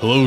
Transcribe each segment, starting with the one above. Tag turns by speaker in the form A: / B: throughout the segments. A: Hello,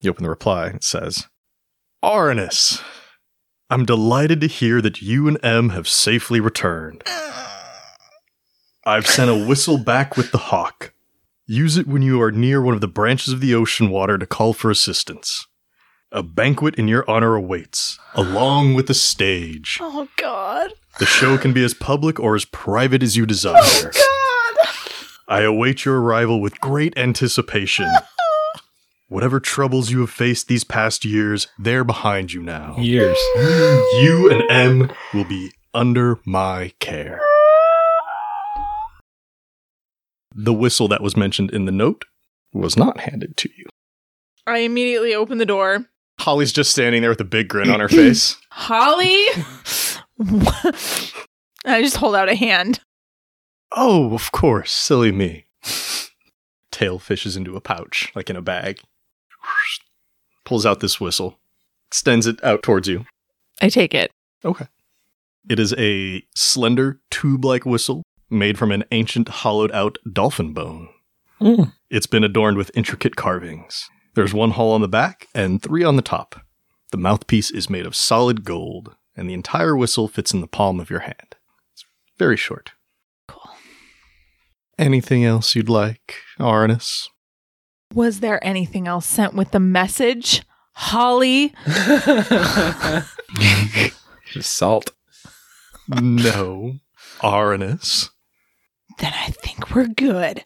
A: You open the reply, and it says, Arnis, I'm delighted to hear that you and M have safely returned. I've sent a whistle back with the hawk. Use it when you are near one of the branches of the ocean water to call for assistance. A banquet in your honor awaits, along with a stage.
B: Oh, God.
A: The show can be as public or as private as you desire.
B: Oh,
A: I await your arrival with great anticipation. Whatever troubles you have faced these past years, they're behind you now.
C: years.
A: You and M will be under my care. The whistle that was mentioned in the note was not handed to you.
B: I immediately open the door.
A: Holly's just standing there with a big grin on her face.
B: Holly! I just hold out a hand.
A: Oh, of course, silly me. Tail fishes into a pouch, like in a bag. Pulls out this whistle, extends it out towards you.
B: I take it.
A: Okay. It is a slender tube like whistle made from an ancient hollowed out dolphin bone.
C: Mm.
A: It's been adorned with intricate carvings. There's one hole on the back and three on the top. The mouthpiece is made of solid gold, and the entire whistle fits in the palm of your hand. It's very short.
B: Cool.
A: Anything else you'd like, Arnis?
B: Was there anything else sent with the message? Holly?
C: Just salt.
A: no. Arnis.
B: Then I think we're good.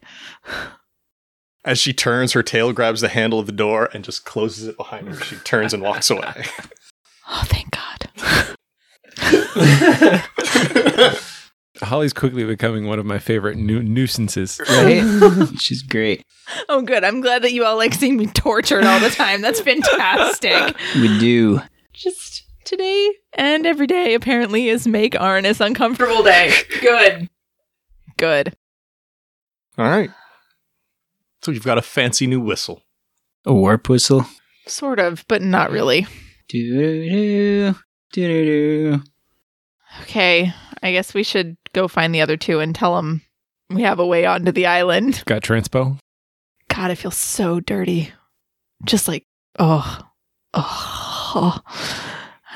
A: As she turns, her tail grabs the handle of the door and just closes it behind her. She turns and walks away.
B: Oh, thank God.
C: Holly's quickly becoming one of my favorite nu- nuisances.
D: Right? She's great.
B: Oh, good. I'm glad that you all like seeing me tortured all the time. That's fantastic.
D: We do.
B: Just today and every day apparently is make Arnis uncomfortable day. Good. Good.
A: All right. So you've got a fancy new whistle.
D: A warp whistle.
B: Sort of, but not really.
D: Do do do
B: Okay. I guess we should go find the other two and tell them we have a way onto the island.
C: Got transpo.
B: God, I feel so dirty. Just like, oh, oh.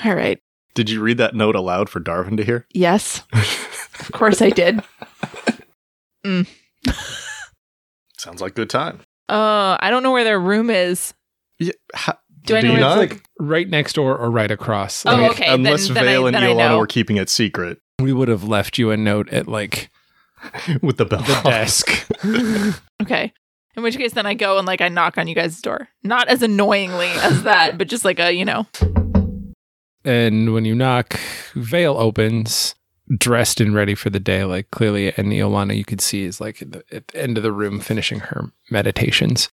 B: All right.
A: Did you read that note aloud for Darwin to hear?
B: Yes, of course I did.
A: Sounds like good time.
B: Uh, I don't know where their room is.
A: Yeah, ha-
B: Do I know
A: you
B: where
A: not?
C: It's like right next door or right across.
B: Oh,
C: Like,
B: okay. then-
A: Unless
B: then I-
A: Vale and
B: then I
A: Yolana
B: know.
A: were keeping it secret
C: We would have left you a note at like
A: with the bell.
C: the desk.
B: Okay. In which case, then I go and like I knock on you guys' door. Not as annoyingly as that, but just like a, you know.
C: and when you knock, Veil opens, dressed and ready for the day. Like clearly, and Iolana, you could see, is like at the, at the end of the room finishing her meditations.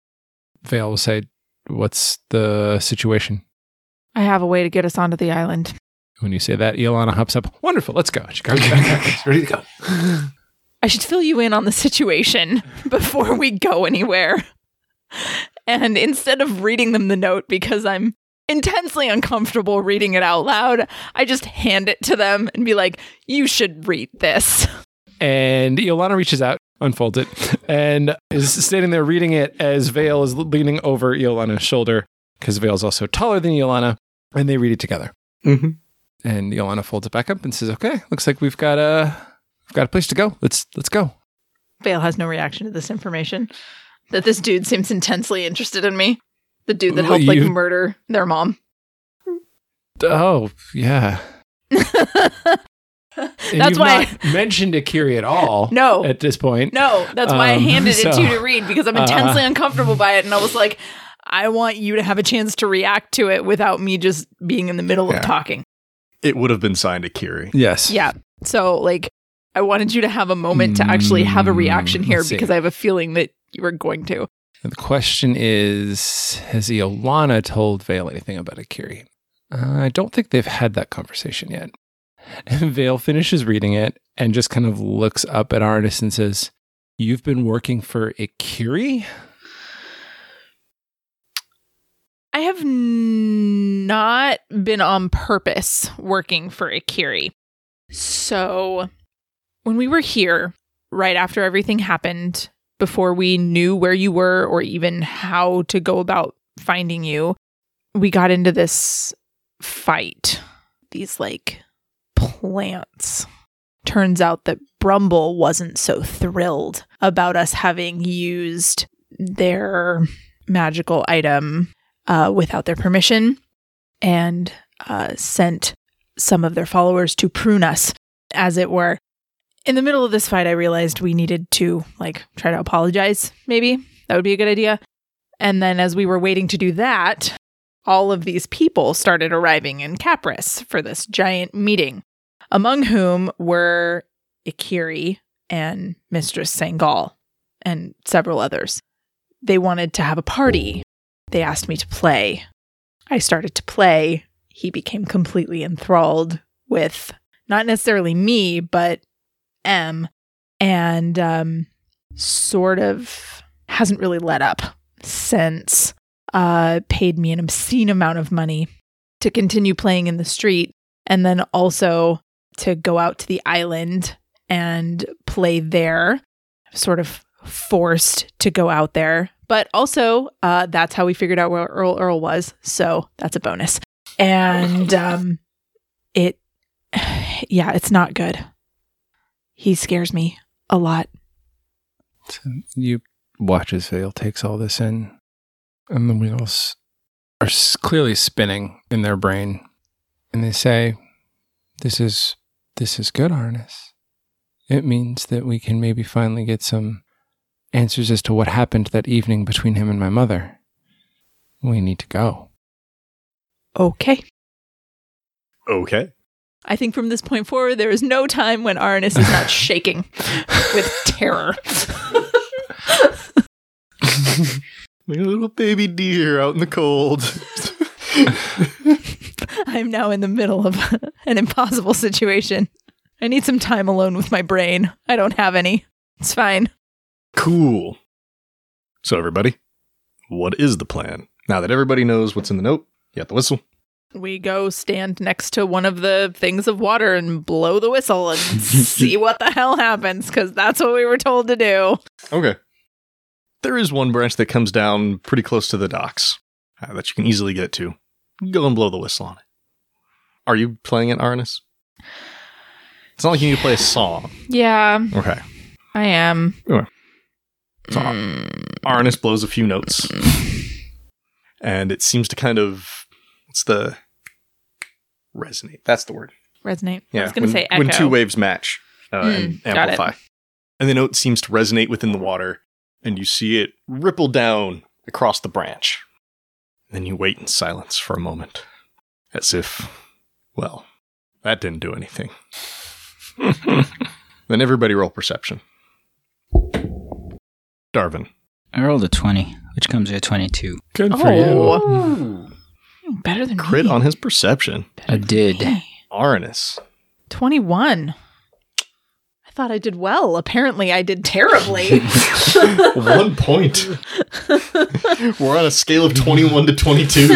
C: Veil will say, What's the situation?
B: I have a way to get us onto the island.
C: When you say that, Iolana hops up. Wonderful. Let's go. She comes back.
A: ready to go.
B: I should fill you in on the situation before we go anywhere. And instead of reading them the note because I'm intensely uncomfortable reading it out loud. I just hand it to them and be like, you should read this.
C: And Iolana reaches out, unfolds it, and is standing there reading it as Vale is leaning over Iolana's shoulder because Vale's also taller than Iolana, and they read it together.
A: Mm-hmm.
C: And Iolana folds it back up and says, "Okay, looks like we've got a we've got a place to go. Let's let's go."
B: Vale has no reaction to this information that this dude seems intensely interested in me. The dude that
C: Well,
B: helped like
C: you-
B: murder their mom.
C: Oh yeah, And
B: That's
C: you've
B: why-
C: not mentioned Akiri at all.
B: No.
C: at this point.
B: No, that's why I
C: Um,
B: handed it to you
C: so-
B: to read because I'm
C: Uh,
B: intensely uncomfortable by it. And I was like, I want you to have a chance to react to it without me just being in the middle
C: Yeah.
B: of talking.
A: It would have been signed Akiri.
C: Yes.
B: Yeah. So, like, I wanted you to have a moment to actually have a reaction
C: Mm,
B: here
C: let's see.
B: because I have a feeling that you were going to.
C: And the question is Has Iolana told Vale anything about Akiri? Uh, I don't think they've had that conversation yet. And Vale finishes reading it and just kind of looks up at Arnis and says, You've been working for Ikiri?
B: I have n- not been on purpose working for Ikiri. So, when we were here, right after everything happened, before we knew where you were or even how to go about finding you, we got into this fight. These like plants. Turns out that Brumble wasn't so thrilled about us having used their magical item uh, without their permission and uh, sent some of their followers to prune us, as it were. In the middle of this fight, I realized we needed to, like, try to apologize, maybe. That would be a good idea. And then as we were waiting to do that, all of these people started arriving in Capris for this giant meeting, among whom were Ikiri and Mistress Sangal and several others. They wanted to have a party they asked me to play. I started to play. He became completely enthralled with not necessarily me, but M, and um, sort of hasn't really let up since. Uh, paid me an obscene amount of money to continue playing in the street, and then also to go out to the island and play there sort of forced to go out there. But also, uh, that's how we figured out where Earl Earl was. So that's a bonus. And um, it, yeah, it's not good. He scares me a lot.
C: You watch as Vale takes all this in, and the wheels are s- clearly spinning in their brain, and they say, "This is this is good, Arnis. It means that we can maybe finally get some answers as to what happened that evening between him and my mother. We need to go."
B: Okay.
A: Okay.
B: I think from this point forward, there is no time when Arnis is not shaking with terror.
A: Like a little baby deer out in the cold.
B: I'm now in the middle of an impossible situation. I need some time alone with my brain. I don't have any. It's fine.
A: cool. So, everybody, what is the plan? Now that everybody knows what's in the note, you got the whistle.
B: We go stand next to one of the things of water and blow the whistle and see what the hell happens because that's what we were told to do.
A: Okay. There is one branch that comes down pretty close to the docks uh, that you can easily get to. Go and blow the whistle on it. Are you playing it, Arnis? It's not like you need to play a song.
B: Yeah,
A: Okay.
B: I am. Hmm.
A: Sure. So,
B: Mm.
A: Arnis blows a few notes, and it seems to kind of what's the resonate? That's the word.
B: Resonate. I was
A: when,
B: going to say echo.
A: when two waves match uh, and
B: Mm, got it.
A: amplify, and the note seems to resonate within the water, and you see it ripple down across the branch. Then you wait in silence for a moment, as if, well, that didn't do anything. then everybody roll perception. Darvin.
D: I rolled a 20, which comes to a 22.
C: Good
B: oh, better than
A: Crit
B: me.
A: on his perception.
D: I did.
B: Hey,
A: Aranus.
B: Twenty-one. I
E: thought I did well. Apparently, I did terribly.
A: One point. We're on a scale of 21 to 22.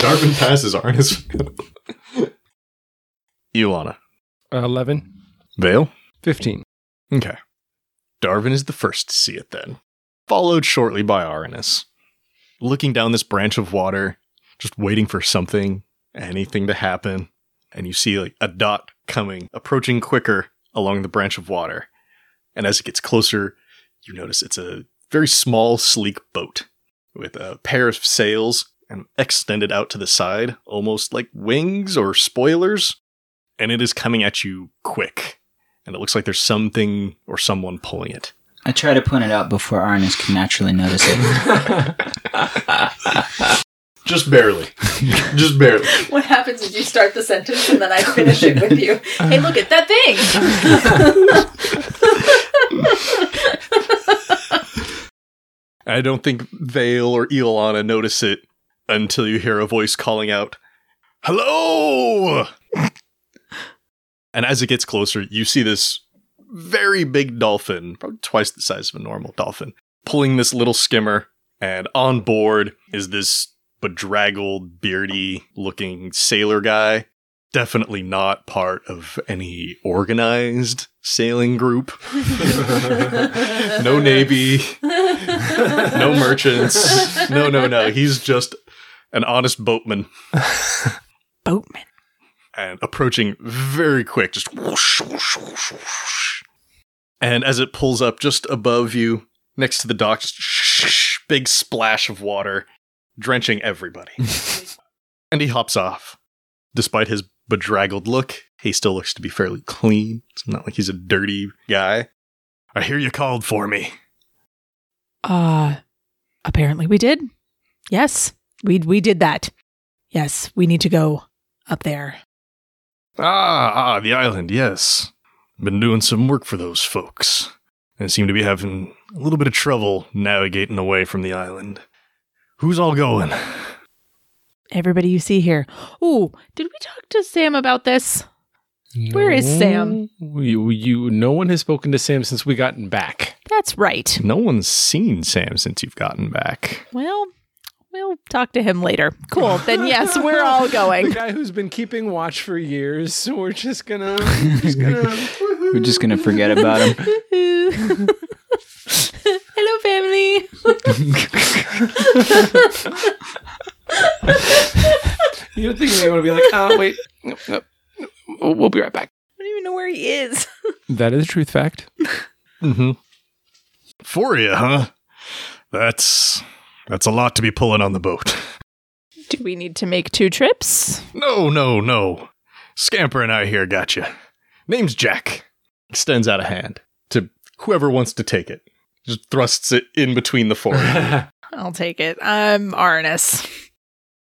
A: Darvin passes Arnis. Iolana.
C: Uh, 11,
A: Vale?
C: 15.
A: Okay. Darwin is the first to see it then, followed shortly by Aranus. Looking down this branch of water, just waiting for something, anything to happen, and you see like a dot coming, approaching quicker along the branch of water. And as it gets closer, you notice it's a very small, sleek boat with a pair of sails and extended out to the side, almost like wings or spoilers. And it is coming at you quick and it looks like there's something or someone pulling it.
D: I try to point it out before Arnis can naturally notice it.
A: Just barely. Just barely.
E: what happens is you start the sentence and then I finish it with you. Hey, look at that thing!
A: I don't think Vale or Iolana notice it until you hear a voice calling out, Hello! and as it gets closer, you see this very big dolphin, probably twice the size of a normal dolphin, pulling this little skimmer. And on board is this bedraggled, beardy looking sailor guy. Definitely not part of any organized sailing group. no navy, no merchants. No, no, no. He's just an honest boatman
F: Boatman.
A: and approaching very quick, just whoosh, whoosh, whoosh, whoosh. And as it pulls up just above you, next to the dock, just shh, big splash of water, drenching everybody. and he hops off. Despite his bedraggled look, he still looks to be fairly clean. It's not like he's a dirty guy. I hear you called for me.
E: Uh, apparently we did. Yes, we we did that. Yes, we need to go up there.
A: Ah, ah, the island, yes. Been doing some work for those folks. And seem to be having a little bit of trouble navigating away from the island. Who's all going?
E: Everybody you see here. Ooh, did we talk to Sam about this? Where is Sam?
C: You, you, no one has spoken to Sam since we gotten back.
E: That's right.
A: No one's seen Sam since you've gotten back.
E: Well, we'll talk to him later. Cool. Then yes, we're all
C: The
E: going.
C: guy who's been keeping watch for years. So we're just gonna, just gonna
D: We're just gonna forget about him.
E: Hello, family.
C: You don't think they want to be like, oh, wait, no, no, no, we'll be right back.
E: I don't even know where he is.
C: That is a truth fact.
A: Mm-hmm. For you, huh? That's that's a lot to be pulling on the boat.
F: Do we need to make two trips?
A: No, no, no. Scamper and I here got you. Name's Jack. Extends out a hand to whoever wants to take it. Just thrusts it in between the four. of you.
F: I'll take it. I'm Arnis.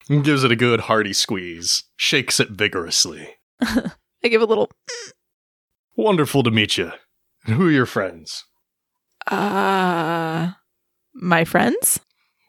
A: and gives it a good hearty squeeze, shakes it vigorously.
F: I give a little.
A: Wonderful to meet you. And who are your friends?
F: Uh, my friends.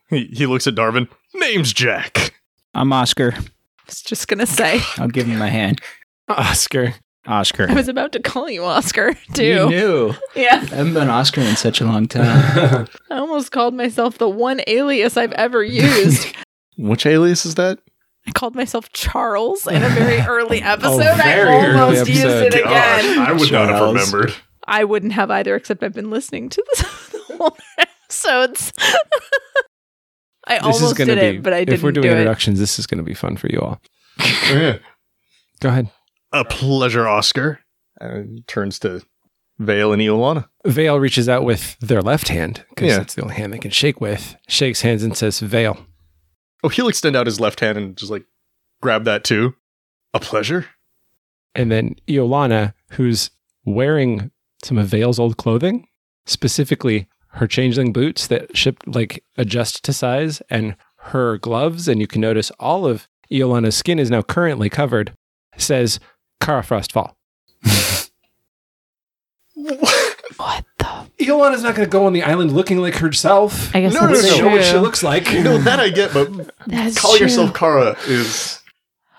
A: He, he looks at Darwin. Name's Jack.
D: I'm Oscar.
F: I was just gonna say.
D: I'll give him my hand.
C: Oscar.
D: Oscar.
F: I was about to call you Oscar too.
D: You knew.
F: Yeah,
D: I haven't been Oscar in such a long time.
F: I almost called myself the one alias I've ever used.
A: Which alias is that?
F: I called myself Charles in a very early episode.
C: very
F: I
C: early
F: almost used it
C: episode.
F: again.
A: I would not have
D: Charles.
A: remembered.
F: I wouldn't have either, except I've been listening to this the whole episodes. I almost did it, but I didn't
C: If we're doing
F: do it.
C: introductions, this is gonna be fun for you all.
A: Oh, Yeah.
C: Go ahead.
A: A pleasure, Oscar. And he turns to Vale and Iolana.
C: Vale reaches out with their left hand because
A: Yeah.
C: that's the only hand they can shake with. Shakes hands and says, "Vale."
A: Oh, he'll extend out his left hand and just like grab that too. A pleasure?
C: And then Iolana, who's wearing some of Vale's old clothing, specifically her changeling boots that ship like adjust to size and her gloves, and you can notice all of Iolana's skin is now currently covered, says Cara Frostfall.
F: What the?
C: Iolana's not going to go on the island looking like herself.
F: I guess
A: No,
F: that's
A: no, no,
F: true.
A: no,
C: looks like.
A: no, that I get, but
F: That's
A: call
F: true.
A: yourself Kara is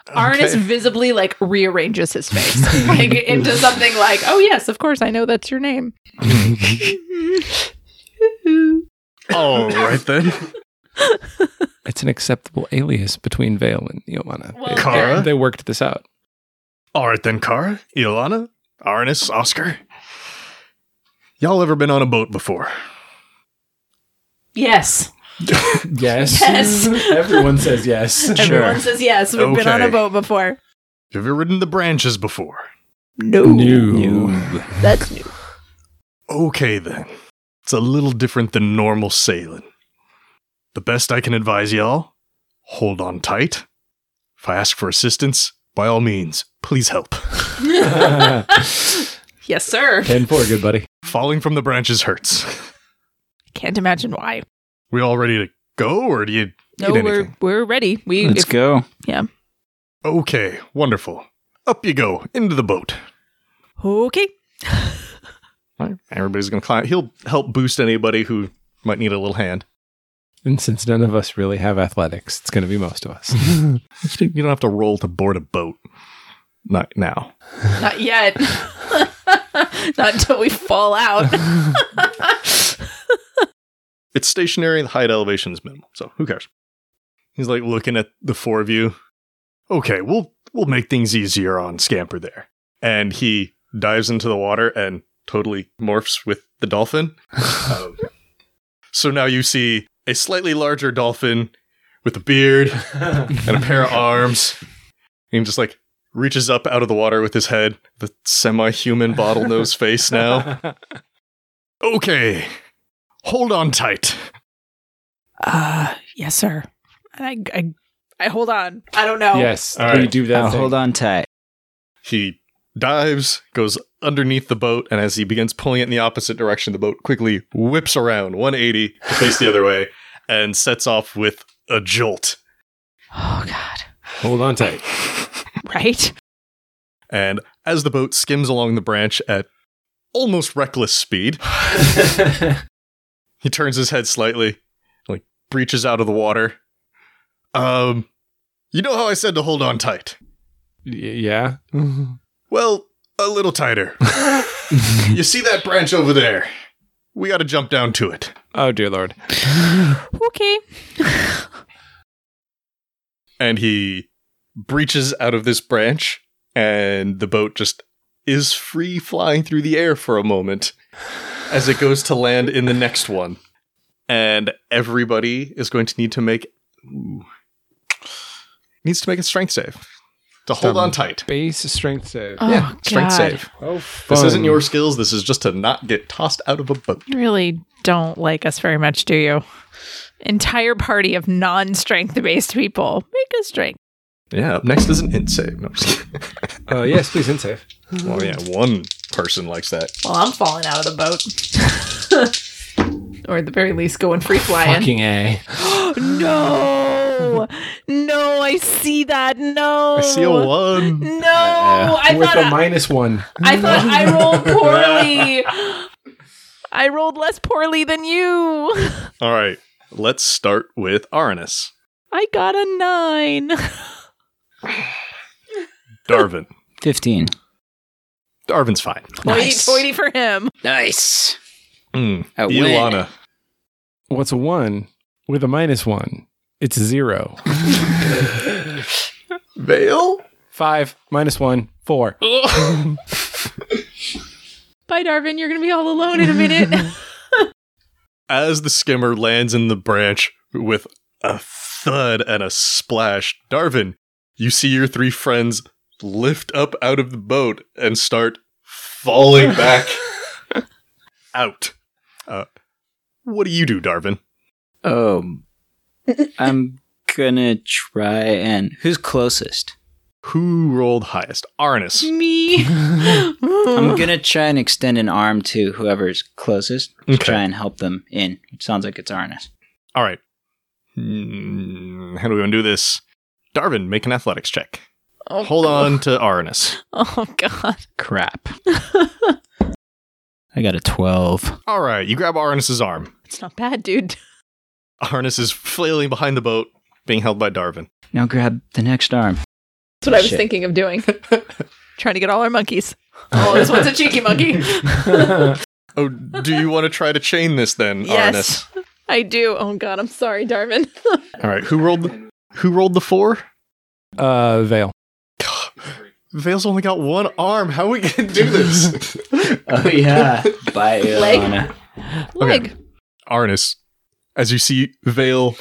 B: Arnis visibly like rearranges his face like into something like, "Oh yes, of course I know that's your name."
A: All right then.
C: It's an acceptable alias between Vale and Iolana.
B: Well,
C: They-
A: Kara?
C: they worked this out.
A: All right then, Kara, Ilana, Arnis, Oscar. Y'all ever been on a boat before?
E: Yes.
C: Yes.
E: Yes.
C: Everyone says yes.
E: Everyone says yes. We've been on a
A: Okay.
E: boat before.
A: Have you ever ridden the branches before?
B: no, that's new.
A: Okay then. It's a little different than normal sailing. The best I can advise y'all, hold on tight. If I ask for assistance, by all means, please help.
E: Yes, sir.
C: 10 4, good buddy.
A: Falling from the branches hurts.
E: Can't imagine why.
A: We all ready to go, or do you
F: No,
A: need
F: we're
A: anything?
F: we're ready. We
D: Let's
F: if,
D: go.
A: Okay, wonderful. Up you go, into the boat.
E: Okay.
A: Everybody's gonna climb. He'll help boost anybody who might need a little hand.
C: And since none of us really have athletics, it's going to be most of us.
A: You don't have to roll to board a boat. Not now.
B: Not yet. Not until we fall out.
A: It's stationary. The height elevation is minimal, so who cares? He's like looking at the four of you. Okay, we'll we'll make things easier on Scamper there. And he dives into the water and totally morphs with the dolphin. Um, so now you see a slightly larger dolphin with a beard and a pair of arms. And he just like reaches up out of the water with his head, the semi-human bottlenose face now. Okay. Hold on tight.
E: Uh, yes, sir. I, I, I hold on. I don't know.
C: Yes.
A: All right.
C: We do that.
D: Now
C: thing.
D: hold on tight.
A: He dives, goes underneath the boat, and as he begins pulling it in the opposite direction, the boat quickly whips around 180 to face the other way and sets off with a jolt.
E: Oh God.
C: Hold on tight.
E: Right.
A: And as the boat skims along the branch at almost reckless speed, he turns his head slightly, like breaches out of the water. Um, you know how I said to hold on tight?
C: Y- yeah. Mm-hmm.
A: Well, a little tighter. you see that branch over there? We got to jump down to it.
C: Oh, dear Lord.
E: Okay.
A: And he breaches out of this branch, and the boat just is free flying through the air for a moment as it goes to land in the next one. And everybody is going to need to make ooh, needs to make a strength save to hold on tight.
C: Base strength save.
B: Oh,
A: yeah, strength
B: God.
A: save.
C: Oh,
A: This isn't your skills. This is just to not get tossed out of a boat.
E: You really don't like us very much, do you?
B: Entire party of non-strength based people. Make a strength.
A: Yeah, up next is an int save. No, I'm just kidding.
C: Uh, yes, please, and save.
A: Well, yeah, one person likes that.
B: Well, I'm falling out of the boat. or at the very least going free flying.
C: A.
E: No. no, I see that. No.
A: I see a
B: Oh.
A: one.
E: No, I
C: With
E: thought
C: a
E: I,
C: minus one.
E: I thought I rolled poorly. I rolled less poorly than you.
A: All right, let's start with Aranus.
E: I got a nine.
A: Darvin.
D: 15.
A: Darvin's fine.
D: Nice.
E: Hoity toity for him.
D: Nice.
A: Mm.
D: I win.
A: Ilana.
C: What's a one with a minus one? It's zero.
A: Vale?
C: Five minus one, four.
B: Bye, Darvin. You're going to be all alone in a minute.
A: As the skimmer lands in the branch with a thud and a splash, Darvin, you see your three friends lift up out of the boat and start falling back out. Uh, what do you do, Darvin?
D: Um, I'm gonna try and who's closest?
A: Who rolled highest? Arnis.
E: Me.
D: I'm gonna try and extend an arm to whoever's closest to
A: Okay.
D: try and help them in. It sounds like it's Arnis.
A: All right. Hmm, how do we want to do this? Darvin, make an athletics check.
E: Oh,
A: Hold
E: God.
A: on to Arnis.
E: Oh God.
D: Crap. I got a twelve.
A: All right, you grab Arnis's arm.
E: It's not bad, dude.
A: Arnis is flailing behind the boat, being held by Darvin.
D: Now grab the next arm.
B: That's what I was
D: Shit.
B: thinking of doing.
F: Trying to get all our monkeys.
B: Oh, this one's a cheeky monkey.
A: Oh, do you want to try to chain this then,
B: Yes. I do. Oh God, I'm sorry, Darwin.
A: Arnis? All right, who rolled the, who rolled the four?
C: Uh, Vale.
A: Vale's only got one arm. How are we gonna do this?
D: Oh yeah. Bye,
B: Leg?
D: Ilana.
B: Leg.
A: Arnis, as you see Vale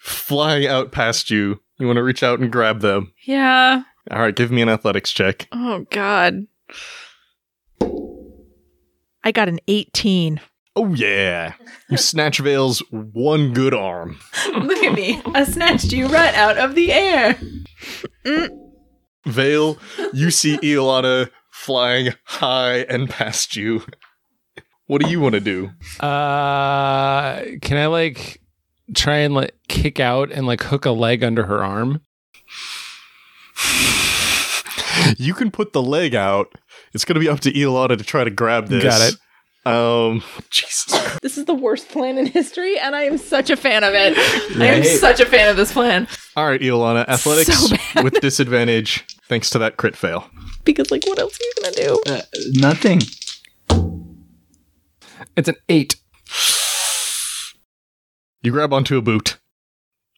A: flying out past you, you want to reach out and grab them.
B: Yeah.
A: All right, give me an athletics check.
B: Oh God.
E: I got an 18.
A: Oh yeah, you snatch Vale's one good arm.
B: Look at me. I snatched you right out of the air.
A: Vale, you see Iolana flying high and past you. What do you want to do?
C: Uh, can I like try and like kick out and like hook a leg under her arm?
A: You can put the leg out. It's going to be up to Iolana to try to grab this.
C: Got it.
A: Um, Jesus. Christ.
B: This is the worst plan in history, and I am such a fan of it. I am
D: Right.
B: such a fan of this plan
A: All right, Iolana, athletics
B: So
A: with disadvantage thanks to that crit fail.
B: because, like, what else are you gonna do?
D: Uh, nothing.
C: It's an eight.
A: You grab onto a boot.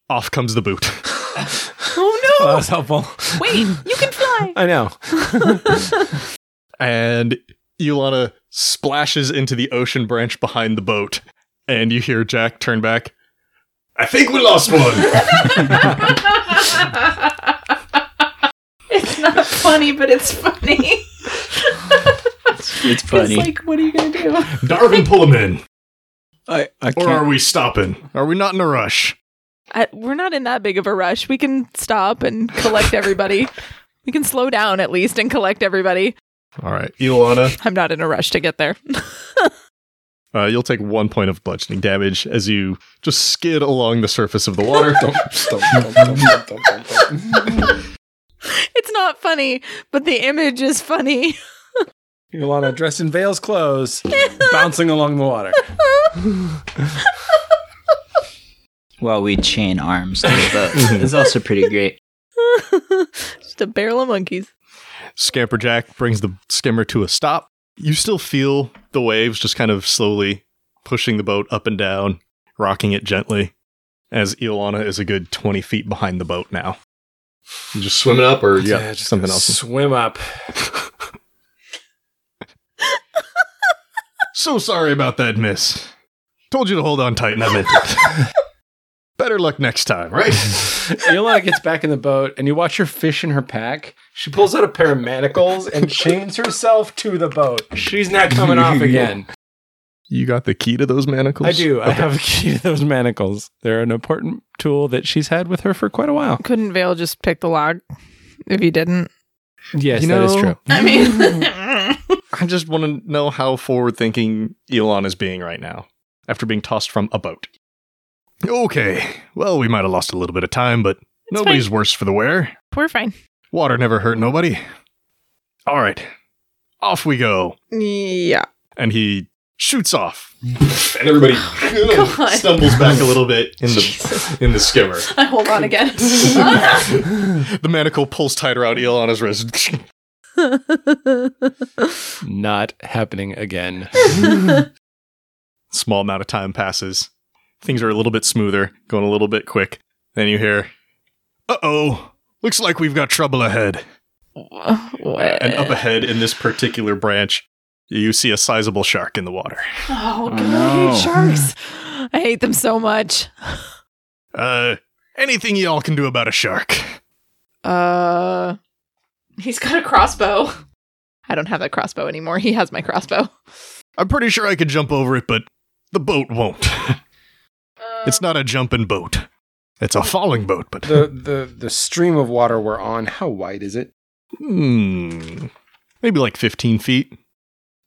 A: Off comes the boot.
B: Oh
C: Oh, that was helpful.
B: Wait, you can fly.
C: I know.
A: And Iolana splashes into the ocean branch behind the boat. And you hear Jack turn back. I think we lost one.
B: it's not funny, but it's funny.
D: It's funny.
B: It's like, what are you gonna do?
A: Darwin, pull him in.
D: I, I
A: Or
D: can't-
A: are we stopping? Are we not in a rush?
F: I, we're not in that big of a rush. We can stop and collect everybody. we can slow down at least and collect everybody.
A: All right, Iolana.
F: I'm not in a rush to get there.
A: Uh, you'll take one point of bludgeoning damage as you just skid along the surface of the water.
F: It's not funny, but the image is funny.
G: Ilana dressed in Vale's clothes, bouncing along the water.
D: While we chain arms to the boat. it's also pretty great.
F: Just a barrel of monkeys.
A: Scamper Jack brings the skimmer to a stop. You still feel the waves just kind of slowly pushing the boat up and down, rocking it gently, as Iolana is a good 20 feet behind the boat now. You just swimming up, or you got something else?
C: Swim up.
A: so sorry about that, miss. Told you to hold on tight, and I meant it. Better luck next time, right?
C: Yola gets back in the boat, and you watch her fish in her pack. She pulls out a pair of manacles and chains herself to the boat. She's not coming off again.
A: You got the key to those manacles?
C: I do. I have a key to those manacles. They're an important tool that she's had with her for quite a while.
F: Couldn't Vale just pick the log if you didn't?
C: Yes,
A: You
C: that is
A: know-
C: true.
B: I mean,
A: I just want to know how forward thinking Elon is being right now after being tossed from a boat. Okay, well, we might have lost a little bit of time, but nobody's worse for the wear.
F: We're fine.
A: Water never hurt nobody. All right, off we go.
B: yeah.
A: And he shoots off. and everybody stumbles back a little bit in the, in the skimmer.
B: I hold on again.
A: the manacle pulls tight around Elon's wrist.
C: Not happening again.
A: small amount of time passes. Things are a little bit smoother, going a little bit quick. Then you hear, "Uh oh, looks like we've got trouble ahead."
B: what?
A: And up ahead in this particular branch, you see a sizable shark in the water.
B: Oh God,
D: no.
B: I hate sharks. I hate them so much.
A: Uh, anything y'all can do about a shark?
B: Uh, he's got a crossbow. I don't have that crossbow anymore. He has my crossbow.
A: I'm pretty sure I could jump over it, but the boat won't.
B: Um,
A: it's not a jumping boat. It's a falling boat, but
G: The, the, the stream of water we're on, how wide is it?
A: hmm, maybe like 15 feet.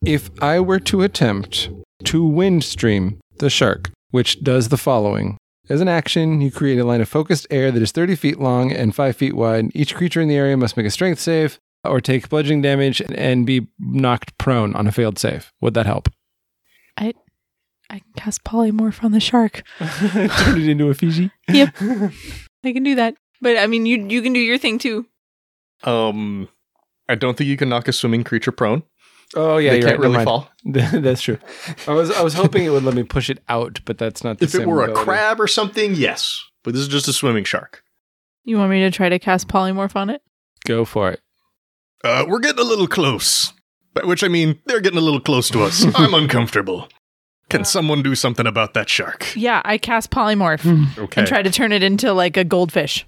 C: If I were to attempt to windstream the shark, which does the following. As an action, you create a line of focused air that is 30 feet long and 5 feet wide. Each creature in the area must make a strength save or take bludgeoning damage and be knocked prone on a failed save. Would that help?
E: I can cast polymorph on the shark.
C: Turn it into a Fiji.
E: I can do that.
F: But I mean, you you can do your thing too.
A: Um, I don't think you can knock a swimming creature prone.
C: Oh yeah,
A: they
C: you're
A: can't
C: right, never
A: really
C: mind.
A: fall.
C: that's true. I was I was hoping it would let me push it out, but that's not. The
A: If it
C: same
A: were a
C: ability.
A: crab or something, yes. But this is just a swimming shark.
B: You want me to try to cast polymorph on it?
C: go for it.
A: Uh, we're getting a little close. By which I mean, they're getting a little close to us. I'm uncomfortable. Can someone do something about that shark?
B: Yeah, I cast polymorph
A: Hmm. Okay.
B: and try to turn it into like a goldfish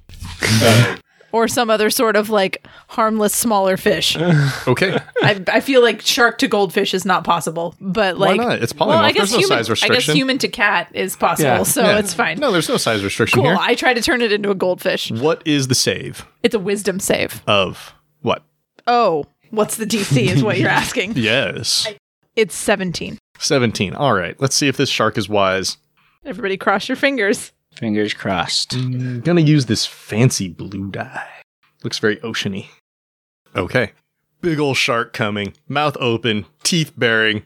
B: or some other sort of like harmless smaller fish.
A: okay.
B: I, I feel like shark to goldfish is not possible, but
A: Why
B: like
A: not? It's polymorph.
B: Well, I
A: There's
B: guess
A: no
B: human,
A: size
B: I guess
A: restriction.
B: human to cat is possible,
C: Yeah.
B: so
A: Yeah.
B: Oh, it's fine.
A: No, there's no size restriction
B: cool.
A: here.
B: I try to turn it into a goldfish.
A: what is the save
B: It's a wisdom save.
A: of what?
B: Oh, what's the DC? Is what you're asking.
A: Yes.
B: It's 17.
A: 17. All right. Let's see if this shark is wise.
B: Everybody, cross your fingers.
D: Fingers crossed.
A: I'm gonna use this fancy blue dye. Looks very oceany. Okay. Big ol' shark coming, mouth open, teeth baring.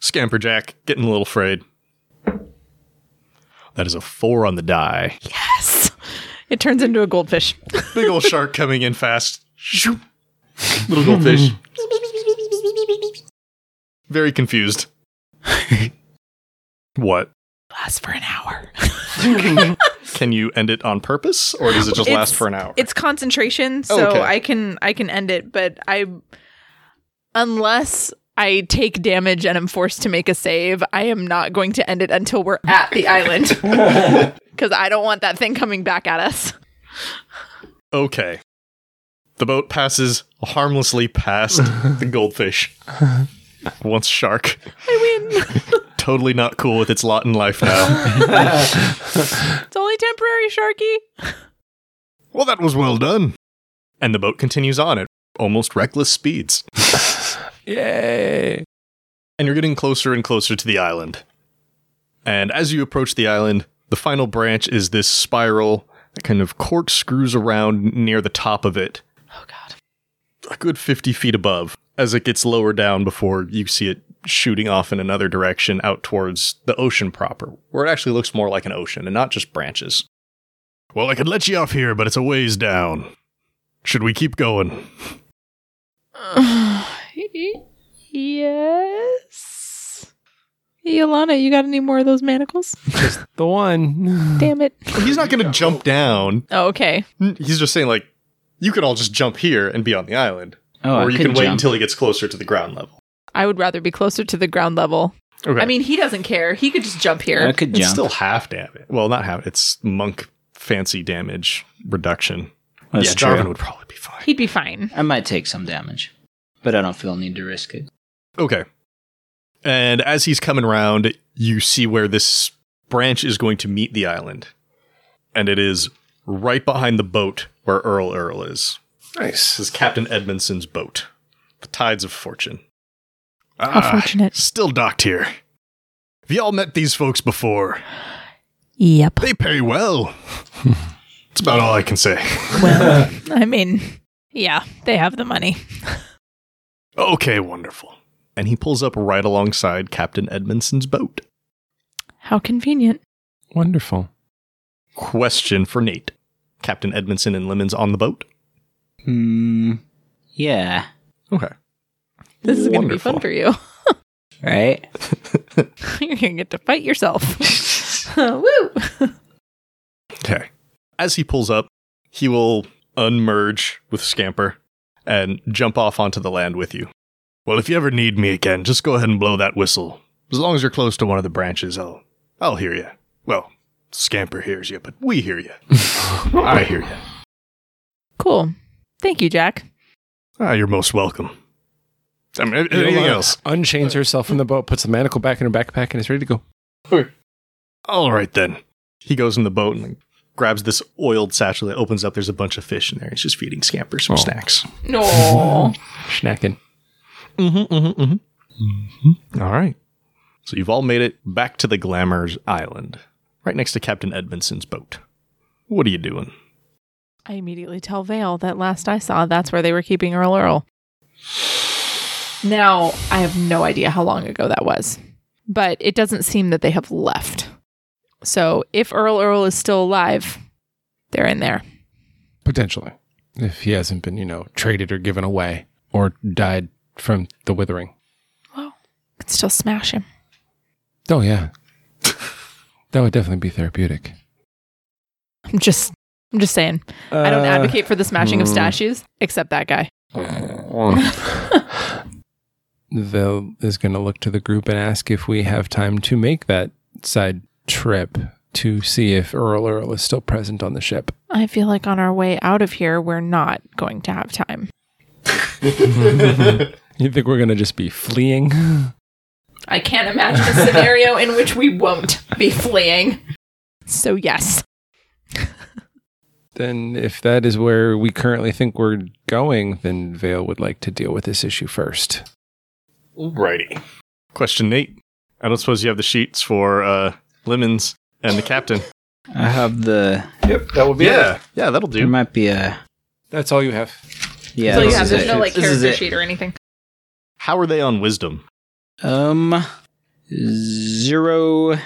A: Scamperjack getting a little afraid. That is a four on the die.
B: It turns into a goldfish.
A: Big ol' shark coming in fast. Shoo. Little goldfish. very confused. what?
B: Lasts for an hour.
A: Can you end it on purpose, or does it just last
B: It's-
A: for an hour?
B: It's concentration, so
A: Okay.
B: I can I can end it, but I unless I take damage and am forced to make a save, I am not going to end it until we're at the island. Cuz I don't want that thing coming back at us.
A: Okay. The boat passes harmlessly past the goldfish. Once shark.
B: I win.
A: Totally not cool with its lot in life now.
B: it's only temporary, Sharky.
A: well, that was well done. And the boat continues on at almost reckless speeds.
C: Yay!
A: And you're getting closer and closer to the island. And as you approach the island, the final branch is this spiral that kind of corkscrews around near the top of it.
B: Oh god.
A: a good 50 feet above as it gets lower down before you see it shooting off in another direction out towards the ocean proper, where it actually looks more like an ocean and not just branches. Well, I could let you off here, but it's a ways down. Should we keep going?
B: yes. Yolana, you got any more of those manacles?
C: The one.
B: Damn it.
A: He's not going to jump down.
B: Oh, okay.
A: Hmm, He's just saying, like, you could all just jump here and be on the island.
D: Oh, I
A: or you
D: could
A: can wait
D: jump.
A: until he gets closer to the ground level.
B: I would rather be closer to the ground level.
A: Okay.
B: I mean, he doesn't care. He could just jump here.
D: I could
A: it's
D: jump.
A: still half damage. Well, not half. It's monk fancy damage reduction.
D: That's
A: yeah,
D: true.
A: Jarvin would probably be fine.
B: He'd be fine.
D: I might take some damage, but I don't feel need to risk it.
A: Okay. And as he's coming round, you see where this branch is going to meet the island. And it is right behind the boat where Earl Earl is. Nice. This is Captain Edmondson's boat. The Tides of Fortune. Ah,
F: fortunate.
A: Still docked here. Have y'all met these folks before?
E: Yep.
A: They pay well. That's about all I can say.
E: Well,
B: I mean, yeah, they have the money.
A: Okay, wonderful. And he pulls up right alongside Captain Edmondson's boat.
B: How convenient.
C: Wonderful.
A: Question for Nate. Captain Edmondson and Lemons on the boat?
D: Hmm. Yeah.
A: Okay.
B: This is going to be
A: Wonderful.
B: fun for you.
D: Right.
B: You're going to get to fight yourself. Woo!
A: Okay. As he pulls up, he will unmerge with Scamper and jump off onto the land with you. Well, if you ever need me again, just go ahead and blow that whistle. As long as you're close to one of the branches, I'll I'll hear you. Well, Scamper hears you, but we hear you. I hear you.
B: Cool. Thank you, Jack.
A: Ah, you're most welcome. I mean, anything
C: Yola
A: else?
C: Unchains herself from the boat, puts the manacle back in her backpack, and is ready to go.
A: All right then. He goes in the boat and grabs this oiled satchel that opens up. There's a bunch of fish in there. He's just feeding Scamper some
C: Oh.
A: snacks.
B: No.
C: Snacking.
A: Mm-hmm, mm-hmm, mm-hmm. All right. So you've all made it back to the Glamour's Island, right next to Captain Edmondson's boat. What are you doing?
B: I immediately tell Vale that last I saw, that's where they were keeping Earl Earl. Now, I have no idea how long ago that was, but it doesn't seem that they have left. So, if Earl Earl is still alive, they're in there.
C: Potentially. if he hasn't been, you know, traded or given away or died from the withering.
B: Could still smash him.
C: Oh, yeah. that would definitely be therapeutic.
B: I'm just I'm just saying. I don't
C: Uh,
B: advocate for the smashing
D: hmm.
B: of statues, except that guy.
C: Vel is going to look to the group and ask if we have time to make that side trip to see if Earl Earl is still present on the ship.
B: I feel like on our way out of here, we're not going to have time.
C: You think we're going to just be fleeing?
B: I can't imagine a scenario in which we won't be fleeing. So yes,
C: then, if that is where we currently think we're going, then Vale would like to deal with this issue first.
A: Alrighty. Question Nate. I don't suppose you have the sheets for uh, Lemons and the captain.
D: I have the.
A: Yep, that will be Yeah, yeah that'll
D: There
A: do.
D: might be a.
C: That's all you have.
D: Yeah.
B: so you
D: this
B: have
D: is
B: there's
D: it.
B: no like
D: This is
B: character
D: it.
B: sheet or anything.
A: How are they on wisdom?
D: Um, zero Eh.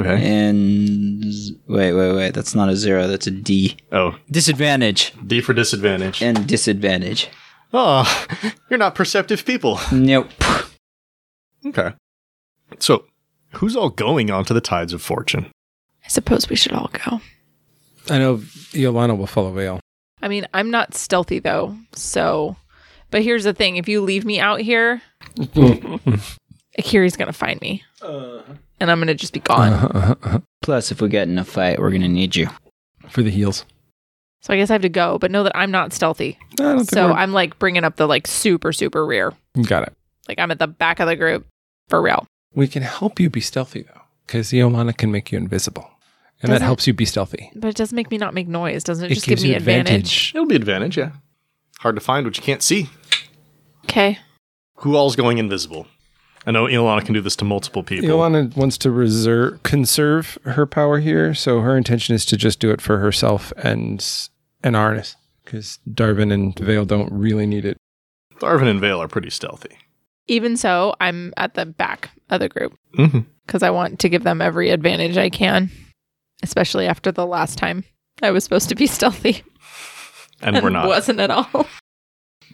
A: Okay.
D: and z- wait, wait, wait. That's not a zero. That's a D.
A: Oh,
D: Disadvantage
A: D for disadvantage.
D: and disadvantage.
A: Oh, you're not perceptive people.
D: Nope.
A: Okay. So, who's all going on to the Tides of Fortune?
B: I suppose we should all go.
C: I know Yolana will follow Vale.
B: I mean, I'm not stealthy though, so. But here's the thing: if you leave me out here, Akiri's gonna find me, and I'm gonna just be gone.
D: Uh-huh. Plus, if we get in a fight, we're gonna need you.
C: For the heels.
B: So I guess I have to go, but know that I'm not stealthy.
C: I don't think
B: So
C: we're-
B: I'm like bringing up the like super super rear.
C: Got it.
B: Like I'm at the back of the group for real.
C: We can help you be stealthy, though, because Yolana can make you invisible. And
B: Does
C: that
B: it?
C: helps you be stealthy.
B: But it doesn't make me not make noise. Doesn't it,
C: It
B: just give
C: gives you
B: me advantage?
A: It'll be advantage, yeah. Hard to find what you can't see.
B: Okay.
A: Who all's going invisible? I know Ilana can do this to multiple people.
C: Ilana wants to reserve conserve her power here, so her intention is to just do it for herself and and Arnis, because Darvin and Vale don't really need it.
A: Darvin and Vale are pretty stealthy.
B: Even so, I'm at the back of the group
A: Mm-hmm.
B: because I want to give them every advantage I can, especially after the last time I was supposed to be stealthy
A: And we're not.
B: wasn't at all.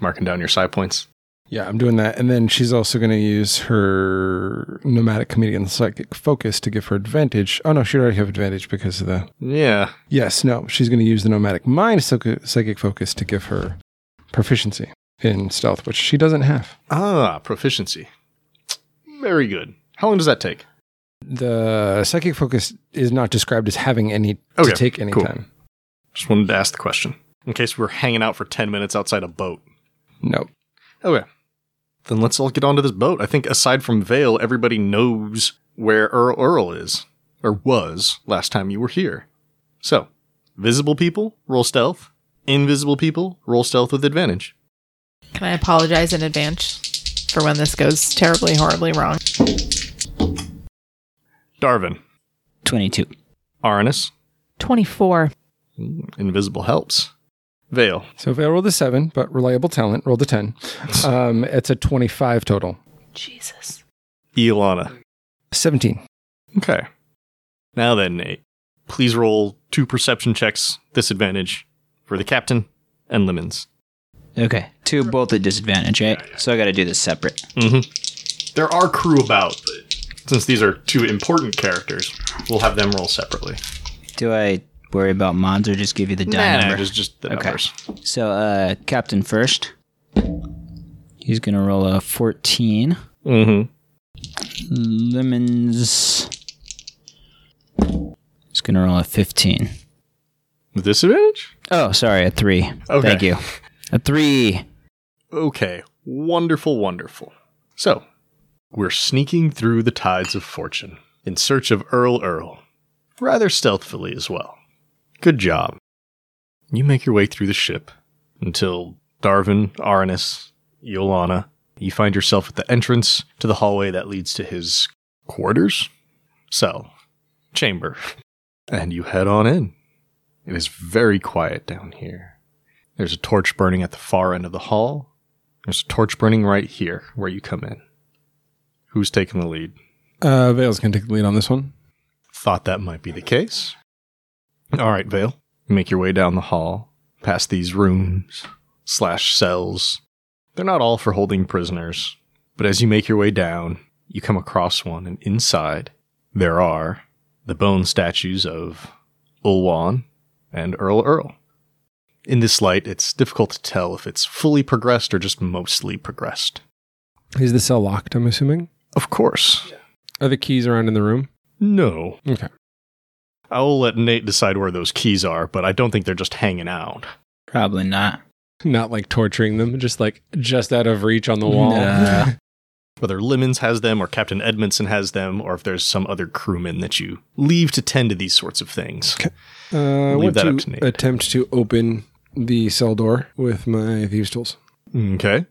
A: Marking down your side points.
C: Yeah, I'm doing that, and then she's also going to use her nomadic comedian psychic focus to give her advantage. Oh no, she already have advantage because of the
A: Yeah.
C: yes, no, she's going to use the nomadic mind psych- psychic focus to give her proficiency in stealth, which she doesn't have.
A: Ah, proficiency. Very good. How long does that take?
C: The psychic focus is not described as having any
A: Okay,
C: to take any
A: cool.
C: time.
A: Just wanted to ask the question. In case we were hanging out for 10 minutes outside a boat.
C: Nope.
A: Okay. Then let's all get onto this boat. I think aside from Vale, everybody knows where Earl Earl is, or was, last time you were here. So, visible people, roll stealth. Invisible people, roll stealth with advantage.
B: Can I apologize in advance for when this goes terribly, horribly wrong?
A: Darvin,
D: Twenty-two.
A: Arnis,
B: 24.
A: invisible helps. Vale,
C: So if I rolled a seven, but reliable talent rolled a ten, um, it's a twenty-five total.
B: Jesus.
A: Elana.
C: Seventeen.
A: Okay. Now then, Nate, please roll two perception checks, disadvantage, for the captain and Lemons.
D: Okay, two both at disadvantage, right? So I got to do this separate.
A: Mm-hmm. There are crew about, but since these are two important characters, we'll have them roll separately.
D: Do I worry about mods or just give you the die number?
A: just just the
D: Okay.
A: numbers.
D: So, uh, Captain first. He's gonna roll a 14.
A: Mm-hmm.
D: Lemons. He's gonna roll a 15.
A: With disadvantage?
D: Oh, sorry, a 3.
A: Okay.
D: Thank you. A 3.
A: Okay. Wonderful, wonderful. So, we're sneaking through the tides of fortune in search of Earl Earl, rather stealthily as well. Good job. You make your way through the ship until Darvin, Arnis, Yolana, you find yourself at the entrance to the hallway that leads to his quarters, cell, chamber, and you head on in. It is very quiet down here. There's a torch burning at the far end of the hall. There's a torch burning right here where you come in. Who's taking the lead?
C: Uh, Vale's gonna take the lead on this one.
A: Thought that might be the case. All right, Vale. Make your way down the hall. past these rooms slash cells. They're not all for holding prisoners, but as you make your way down, you come across one, and inside there are the bone statues of Ulwan and Earl Earl. In this light, it's difficult to tell if it's fully progressed or just mostly progressed.
G: Is the cell locked, I'm assuming?
A: Of course.
G: Are the keys around in the room?
A: No.
G: Okay.
A: I'll let Nate decide where those keys are, but I don't think they're just hanging out.
D: Probably not.
C: Not like torturing them, just like just out of reach on the wall.
D: Nah.
A: Whether Lemons has them or Captain Edmondson has them, or if there's some other crewman that you leave to tend to these sorts of things.
G: Uh, I
A: Leave
G: want
A: that
G: to
A: up to Nate.
G: attempt to open the cell door with my thieves' tools.
A: Okay.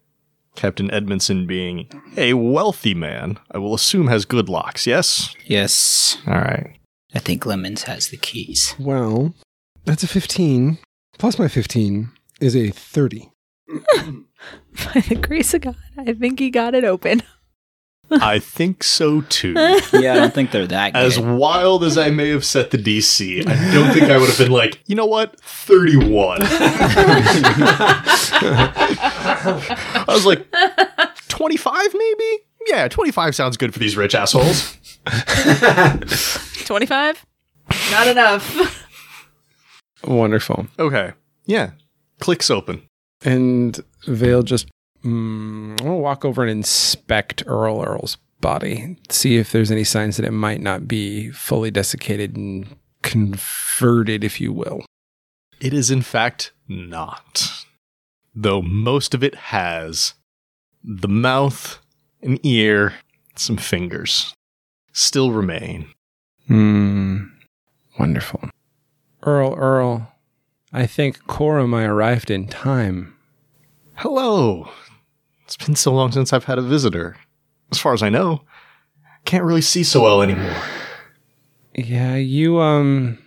A: Captain Edmondson being a wealthy man, I will assume has good locks, yes?
D: Yes.
A: All right.
D: I think Lemons has the keys.
G: Well, that's a 15. Plus my 15 is a 30.
E: By the grace of God, I think he got it open.
A: I think so too.
D: Yeah, I don't think they're that good.
A: As wild as I may have set the DC, I don't think I would have been like, you know what? 31. I was like, 25 maybe? Yeah, 25 sounds good for these rich assholes.
B: 25? Not enough.
C: Wonderful.
A: Okay. Yeah. Clicks open.
C: And Vale just, mm, I want to walk over and inspect Earl Earl's body, see if there's any signs that it might not be fully desiccated and converted, if you will.
A: It is, in fact, not. Though most of it has the mouth, an ear, some fingers still remain.
C: Hmm. Wonderful. Earl, Earl, I think Koromai arrived in time.
A: Hello! It's been so long since I've had a visitor. As far as I know, can't really see so well anymore.
C: Yeah, you, um,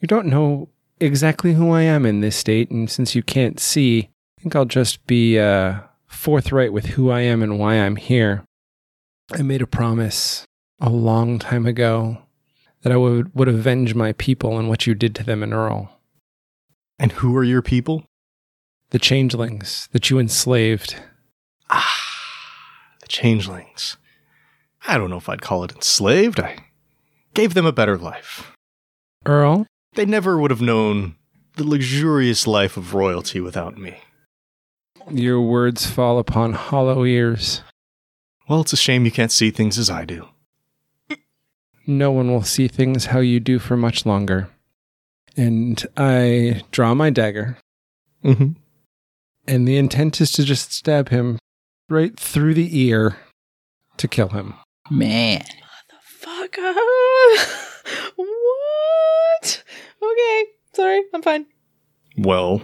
C: you don't know exactly who I am in this state, and since you can't see, I think I'll just be, uh, forthright with who I am and why I'm here. I made a promise a long time ago that I would, would avenge my people and what you did to them in Earl.
A: And who are your people?
C: The changelings that you enslaved.
A: Ah, The changelings. I don't know if I'd call it enslaved. I gave them a better life.
C: Earl,
A: They never would have known the luxurious life of royalty without me.
C: Your words fall upon hollow ears.
A: Well, it's a shame you can't see things as I do.
C: No one will see things how you do for much longer. And I draw my dagger,
A: Mm-hmm.
C: and the intent is to just stab him right through the ear to kill him.
D: Man.
B: Fuck up. what? Okay. Sorry. I'm fine.
A: Well,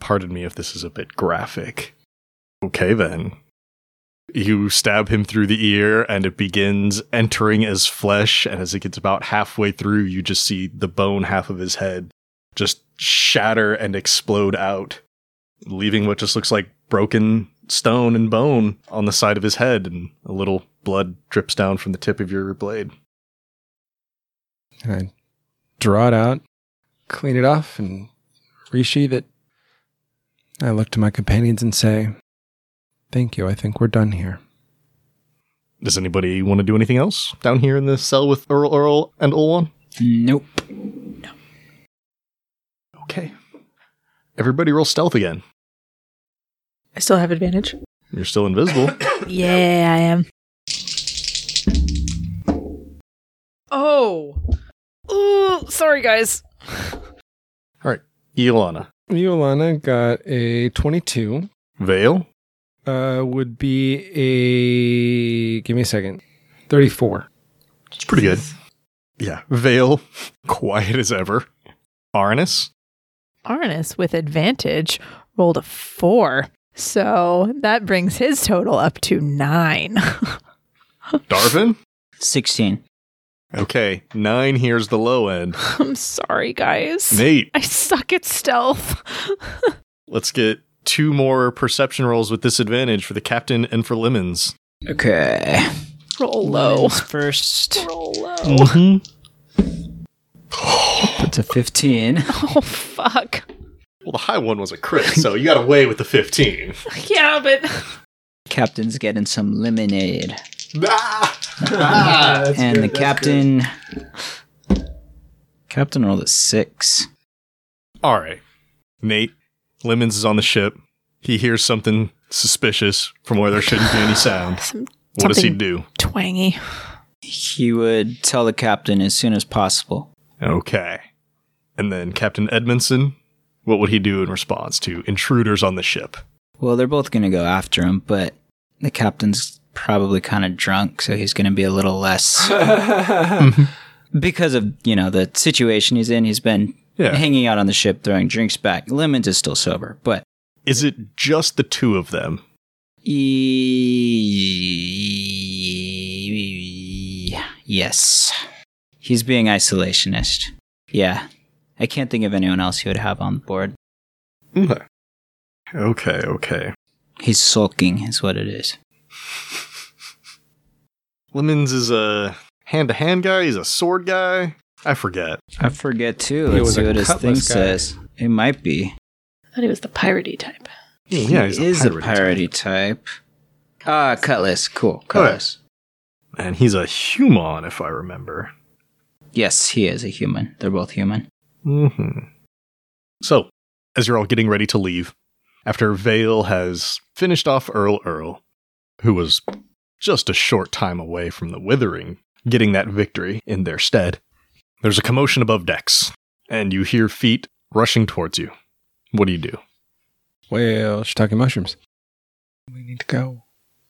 A: pardon me if this is a bit graphic. Okay, then. You stab him through the ear, and it begins entering his flesh. And as it gets about halfway through, you just see the bone half of his head just shatter and explode out, leaving what just looks like broken stone and bone on the side of his head, and a little blood drips down from the tip of your blade.
C: And I draw it out, clean it off, and resheath it. I look to my companions and say, Thank you, I think we're done here.
A: Does anybody want to do anything else down here in the cell with Earl Earl and Olwan?
D: Nope.
A: Okay. Everybody roll stealth again.
E: I still have advantage.
A: You're still invisible.
E: Yeah, I am.
B: Oh. Ooh, sorry, guys.
A: Ilana.
C: Yolana got a 22.
A: Vale.
C: uh, would be a give me a second 34
A: It's pretty good. Yeah. Vale. Quiet as ever. Arnis.
B: Arnis with advantage rolled a four. So that brings his total up to nine.
A: Darvin.
D: 16.
A: Okay. Nine here's the low end.
B: I'm sorry, guys.
A: Nate.
B: I suck at stealth.
A: Let's get two more perception rolls with disadvantage for the captain and for Lemons.
D: Okay.
B: Roll low.
D: Lemons First.
B: Roll low.
A: Mm-hmm.
D: That's a 15.
B: Oh, fuck.
A: Well, the high one was a crit, so you got away with the 15.
B: yeah, but
D: Captain's getting some lemonade.
A: Ah!
D: and the captain. Captain rolled a six.
A: All right. Nate, Lemons is on the ship. He hears something suspicious from where there shouldn't be any sound.
E: Some-
A: What does he
E: something-
A: do?
E: Twangy.
D: He would tell the captain as soon as possible.
A: Okay. And then Captain Edmondson, what would he do in response to intruders on the ship?
D: Well, they're both going to go after him, but the captain's probably kind of drunk, so he's going to be a little less. because of, you know, the situation he's in, he's been
A: Yeah.
D: hanging out on the ship, throwing drinks back. Lemons is still sober, but.
A: Is it just the two of them?
D: E- yes. He's being isolationist. Yeah. I can't think of anyone else he would have on board.
A: Okay. Okay, okay.
D: He's sulking, is what it is.
A: Lemons is a hand to hand guy, he's a sword guy. I forget.
D: I forget too.
C: He
D: Let's
C: was
D: see
C: a
D: what his thing
C: cutlass guy.
D: says. It might be.
B: I thought he was the piratey type.
A: Yeah, he's
D: he
A: a
D: is a
A: pirate Oh,
D: parody type. Ah, cutlass. Cool, cutlass.
A: And he's a human, if I remember.
D: Yes, he is a human. They're both human.
A: Mm-hmm. So, as you're all getting ready to leave, after Vale has finished off Earl Earl, who was just a short time away from the Withering getting that victory in their stead, there's a commotion above decks, and you hear feet rushing towards you. What do you do?
C: Well, shiitake mushrooms. We need to go.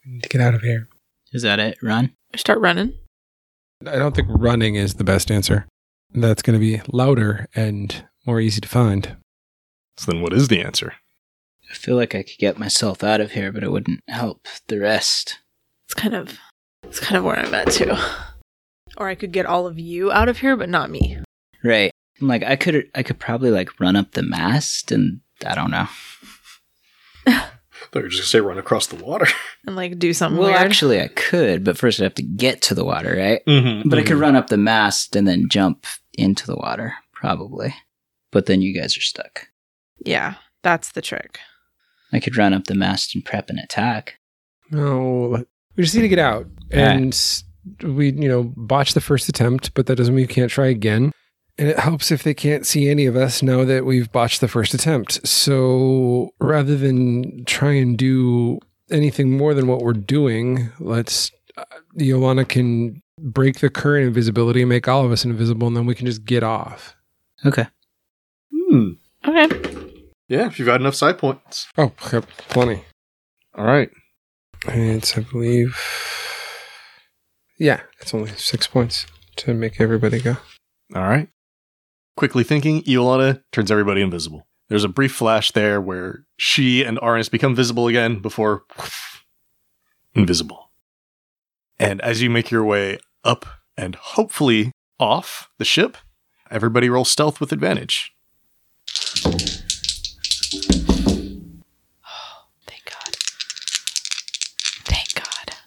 C: We need to get out of here.
D: Is that it, Ron?
B: Start running.
C: I don't think running is the best answer. That's going to be louder and more easy to find.
A: So then, what is the answer?
D: I feel like I could get myself out of here, but it wouldn't help the rest.
B: It's kind of it's kind of where I'm at too. Or I could get all of you out of here, but not me.
D: Right. I'm like I could I could probably like run up the mast and I don't know.
A: They're just gonna say run across the water.
B: And like do something
D: Well,
B: weird.
D: actually I could, but first I'd have to get to the water, right?
A: Mm-hmm.
D: But I could run up the mast and then jump into the water, probably. But then you guys are stuck.
B: yeah, that's the trick.
D: I could run up the mast and prep an attack.
C: No, we just need to get out, and we you know botch the first attempt, but that doesn't mean you can't try again. And it helps if they can't see any of us now that we've botched the first attempt. So rather than try and do anything more than what we're doing, let's uh, Yolana can break the current invisibility and make all of us invisible, and then we can just get off.
D: Okay.
B: Okay.
A: Mm-hmm. Hmm. Yeah, if you've got enough side points.
C: Oh, crap, plenty.
A: All right.
C: It's, I believe. Yeah, it's only six points to make everybody go.
A: All right. Quickly thinking, Iolana turns everybody invisible. There's a brief flash there where she and Arnis become visible again before invisible. And as you make your way up and hopefully off the ship, everybody roll stealth with advantage.
B: Thank God. Thank God.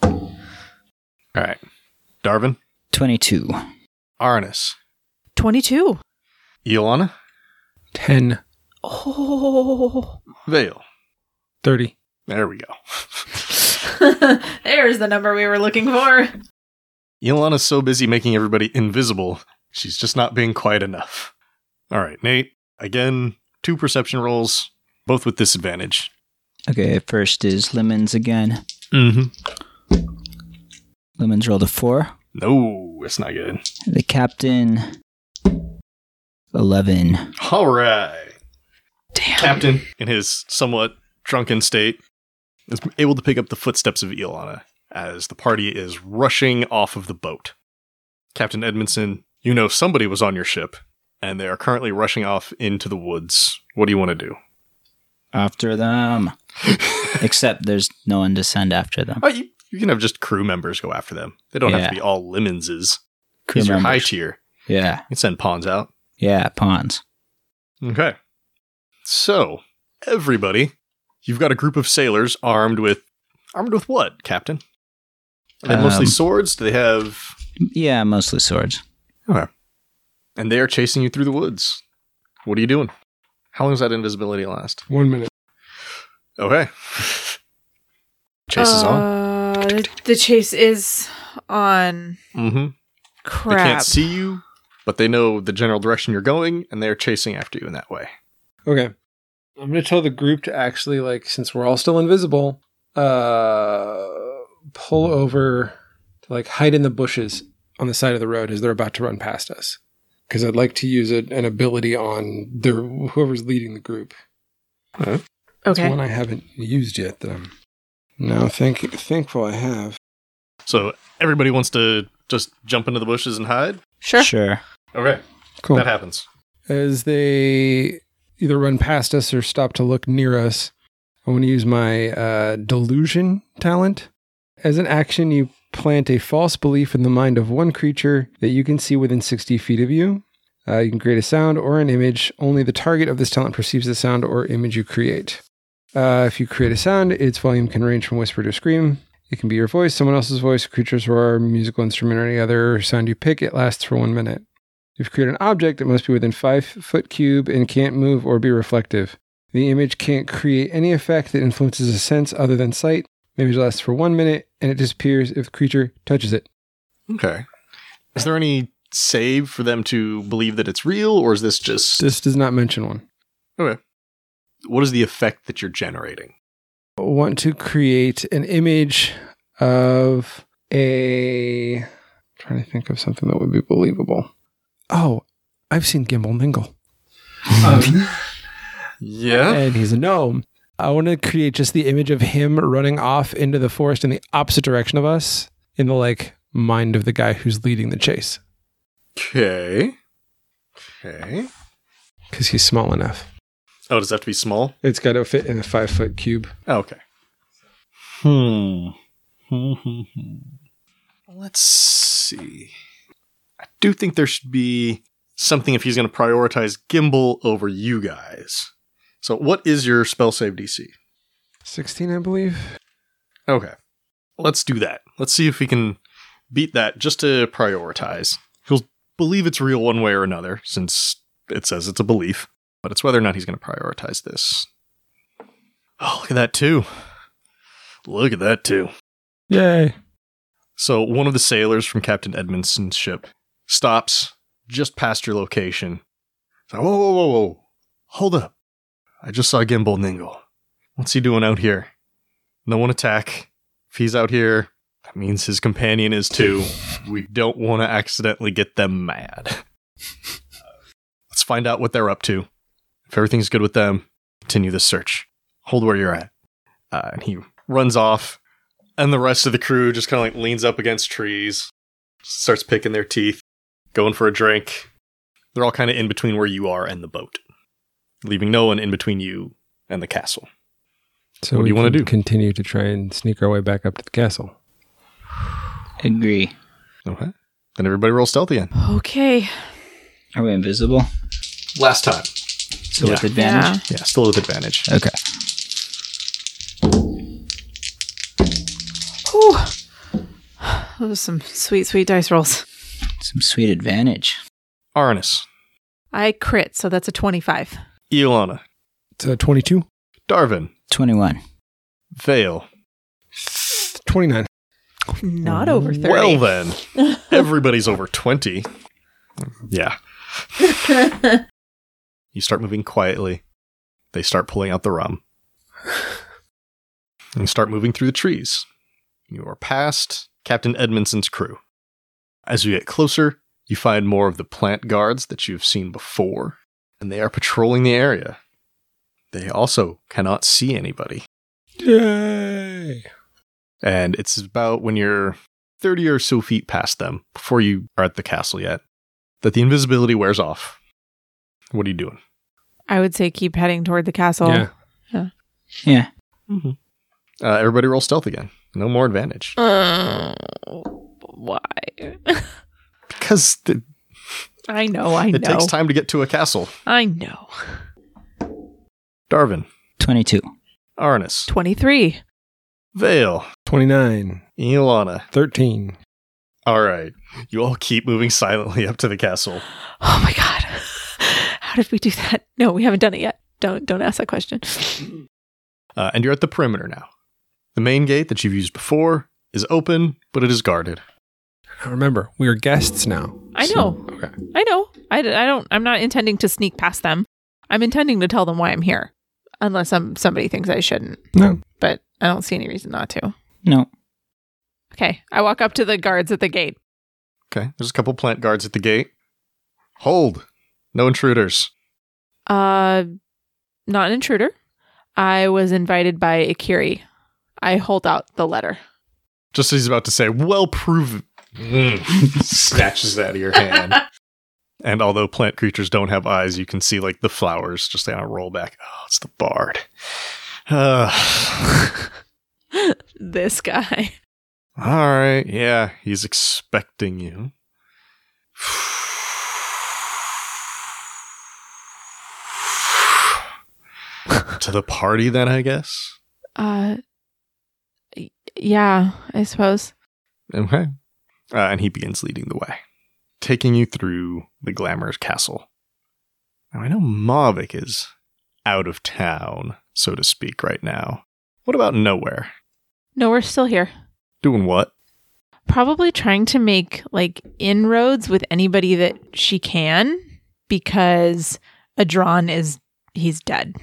A: All right. Darvin,
D: 22.
A: Arnis,
E: 22.
A: Iolana,
C: 10,
E: Oh.
A: Vale.
C: 30.
A: There we go.
B: There's the number we were looking for.
A: Iolana's so busy making everybody invisible, she's just not being quiet enough. All right, Nate, again, two perception rolls, both with disadvantage.
D: Okay, first is Lemons again.
A: Mm-hmm.
D: Lemons rolled a 4.
A: No, it's not good.
D: The captain 11.
A: All right.
B: Damn.
A: Captain, in his somewhat drunken state, is able to pick up the footsteps of Iolana as the party is rushing off of the boat. Captain Edmondson, you know somebody was on your ship, and they are currently rushing off into the woods. What do you want to do?
D: After them. Except there's no one to send after them.
A: Oh, you, you can have just crew members go after them. They don't have
D: Yeah.
A: to be all lemonses.
D: Crew
A: These are high
D: members.
A: tier.
D: Yeah.
A: You can send pawns out.
D: Yeah, pawns.
A: Okay. So, everybody, you've got a group of sailors armed with armed with what, Captain? Are they mostly
D: Um,
A: swords? Do they have
D: Yeah, mostly swords.
A: and they are chasing you through the woods. What are you doing? How long does that invisibility last?
C: One minute.
A: Okay. Chase is
B: Uh,
A: on.
B: The, the chase is on.
A: Mm-hmm. They
B: Crap.
A: can't see you, but they know the general direction you're going, and they're chasing after you in that way.
C: Okay. I'm going to tell the group to actually, like, since we're all still invisible, uh, pull over to, like, hide in the bushes on the side of the road as they're about to run past us. Because I'd like to use a, an ability on their, whoever's leading the group. It's
B: okay.
C: one I haven't used yet that I'm now thank- thankful I have.
A: So everybody wants to just jump into the bushes and hide.
B: Sure.
D: Sure.
A: Okay,
C: Cool.
A: that happens.
C: as they either run past us or stop to look near us, I want to use my uh, delusion talent. As an action, you plant a false belief in the mind of one creature that you can see within 60 feet of you. Uh, you can create a sound or an image. Only the target of this talent perceives the sound or image you create. Uh, if you create a sound, its volume can range from whisper to scream. It can be your voice, someone else's voice, a creature's roar, musical instrument, or any other sound you pick. It lasts for one minute. If you create an object, it must be within five foot cube and can't move or be reflective. The image can't create any effect that influences a sense other than sight. The image lasts for one minute and it disappears if the creature touches it.
A: Okay. Is there any save for them to believe that it's real, or is this just
C: This does not mention one.
A: what is the effect that you're generating?
C: want to create an image of a I'm trying to think of something that would be believable. Oh, I've seen Gimbal Mingle.
A: Um, Yeah.
C: and he's a gnome. I want to create just the image of him running off into the forest in the opposite direction of us, in the like mind of the guy who's leading the chase,
A: Okay. Okay.
C: because he's small enough.
A: Oh, does that have to be small?
C: It's got to fit in a five foot cube.
A: Oh, okay. Hmm. Let's see. I do think there should be something if he's going to prioritize Gimbal over you guys. So, what is your spell save DC?
C: 16, I believe.
A: Okay. Let's do that. Let's see if we can beat that just to prioritize. He'll believe it's real one way or another, since it says it's a belief, but it's whether or not he's going to prioritize this. Oh, look at that, too. Look at that, too.
C: Yay.
A: So, one of the sailors from Captain Edmondson's ship stops just past your location. So, whoa, whoa, whoa, whoa. Hold up. I just saw Gimbal Ningle. What's he doing out here? No one attack. If he's out here, that means his companion is too. We don't want to accidentally get them mad. Let's find out what they're up to. If everything's good with them, continue the search. Hold where you're at. Uh, and he runs off and the rest of the crew just kind of like leans up against trees, starts picking their teeth, going for a drink. They're all kind of in between where you are and the boat, leaving no one in between you and the castle.
C: So
A: What do
C: we
A: you wanna
C: can
A: do?
C: Continue to try and sneak our way back up to the castle.
D: Agree.
A: Okay. Then everybody roll stealth again.
B: Okay.
D: Are we invisible?
A: Last time.
D: So with advantage?
A: Yeah, still with advantage.
D: Okay.
B: Whew. Those are some sweet, sweet dice rolls.
D: Some sweet advantage.
A: Arnis,
B: I crit, so that's a 25.
A: Iolana,
C: It's uh, 22,
A: Darvin,
D: 21.
A: Vale.
C: 29.
B: Not over 30.
A: Well, then, everybody's over 20. Yeah. you start moving quietly. They start pulling out the rum. and start moving through the trees. You are past Captain Edmondson's crew. As you get closer, you find more of the plant guards that you've seen before, and they are patrolling the area. They also cannot see anybody
C: Yay.
A: and it's about when you're 30 or so feet past them before you are at the castle yet that the invisibility wears off what are you doing
B: I would say keep heading toward the castle.
C: Yeah.
D: Yeah.
B: Mm-hmm.
A: uh, everybody roll stealth again no more advantage Oh,
B: Uh, why?
A: because th-
B: I know, I know.
A: it takes time to get to a castle
B: I know.
A: darvin
D: 22.
A: arnis
B: 23.
A: vale
C: 29,
A: Iolana.
C: 13.
A: all right you all keep moving silently up to the castle
B: Oh my God. How did we do that? No, we haven't done it yet. Don't don't ask that question.
A: Uh, and you're at the perimeter now. The main gate that you've used before is open, but it is guarded.
C: Remember, we are guests now.
B: I
C: So-
B: know.
C: okay.
B: I know. I, d- I don't. I'm not intending to sneak past them. I'm intending to tell them why I'm here, unless some somebody thinks I shouldn't.
C: No.
B: But I don't see any reason not to.
D: No.
B: Okay. I walk up to the guards at the gate.
A: Okay, there's a couple plant guards at the gate. Hold. No intruders.
B: Uh, not an intruder. I was invited by Ikiri. I hold out the letter.
A: Just as he's about to say, well proven. Snatches it out of your hand. and although plant creatures don't have eyes, you can see like the flowers just kind of roll back. Oh, it's the bard. Uh,
B: This guy.
A: all right, yeah, he's expecting you. to the party, then, I guess.
B: Uh, y- yeah. I suppose.
A: Okay. Uh, and he begins leading the way, taking you through the glamorous castle. Now, I know Mavic is out of town, so to speak, right now. What about nowhere?
B: No, we're still here.
A: Doing what?
B: probably trying to make like inroads with anybody that she can because Adron is he's dead.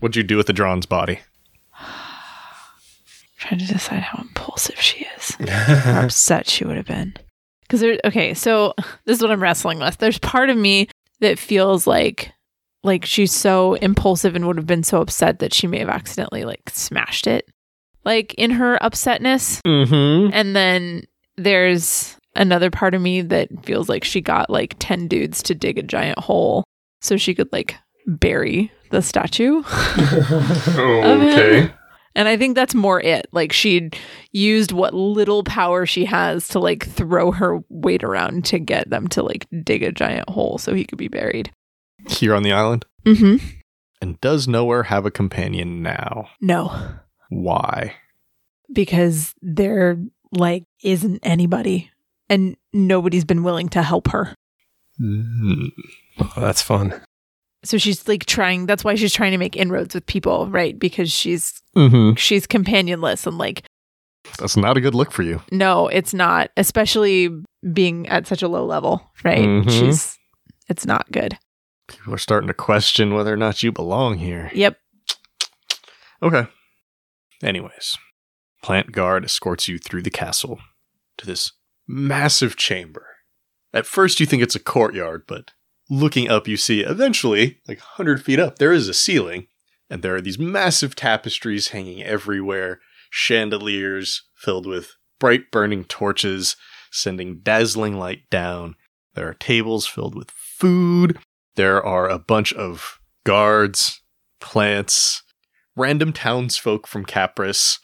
A: What'd you do with the Drawn's body?
B: trying to decide how impulsive she is. how upset she would have been. Cuz there okay, so this is what I'm wrestling with. There's part of me that feels like like she's so impulsive and would have been so upset that she may have accidentally like smashed it. Like in her upsetness,
A: Mm-hmm.
B: And then there's another part of me that feels like she got like 10 dudes to dig a giant hole so she could like bury the statue. okay. And I think that's more it. Like she used what little power she has to like throw her weight around to get them to like dig a giant hole so he could be buried.
A: Here on the island?
B: Mhm.
A: And does nowhere have a companion now?
E: No,
A: Why?
E: because there like isn't anybody, and nobody's been willing to help her.
A: Hmm.
C: Oh, that's fun.
B: So she's like trying that's why she's trying to make inroads with people, right? Because she's
A: Mm-hmm.
B: she's companionless and like
A: That's not a good look for you.
B: No, it's not, especially being at such a low level, right?
A: Mhm.
B: She's it's not good.
A: People are starting to question whether or not you belong here.
B: Yep.
A: Okay. Anyways, plant guard escorts you through the castle to this massive chamber. At first, you think it's a courtyard, but looking up, you see eventually, like 100 feet up, there is a ceiling, and there are these massive tapestries hanging everywhere, chandeliers filled with bright burning torches, sending dazzling light down. There are tables filled with food. There are a bunch of guards, plants, random townsfolk from Capris,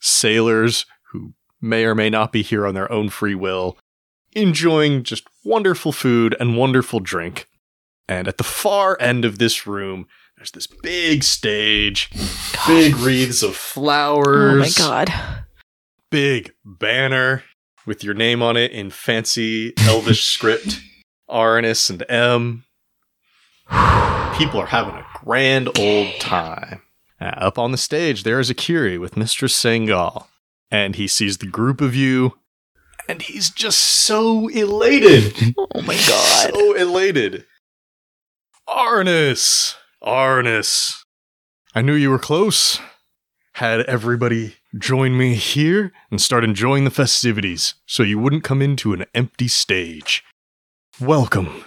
A: sailors who may or may not be here on their own free will, enjoying just wonderful food and wonderful drink. And at the far end of this room, there's this big stage, big wreaths of
B: Oh my
A: flowers
B: god.
A: big banner with your name on it in fancy elvish script Arnis and M. People are having a grand old time. Uh, up on the stage, there is Akiri with Mistress Sangal, and he sees the group of you, and he's just so elated.
B: Oh my god.
A: So elated. Arnis! Arnis! I knew you were close. Had everybody join me here and start enjoying the festivities so you wouldn't come into an empty stage. Welcome.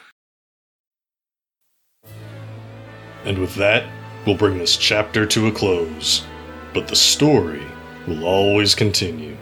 H: And with that, we'll bring this chapter to a close. But the story will always continue.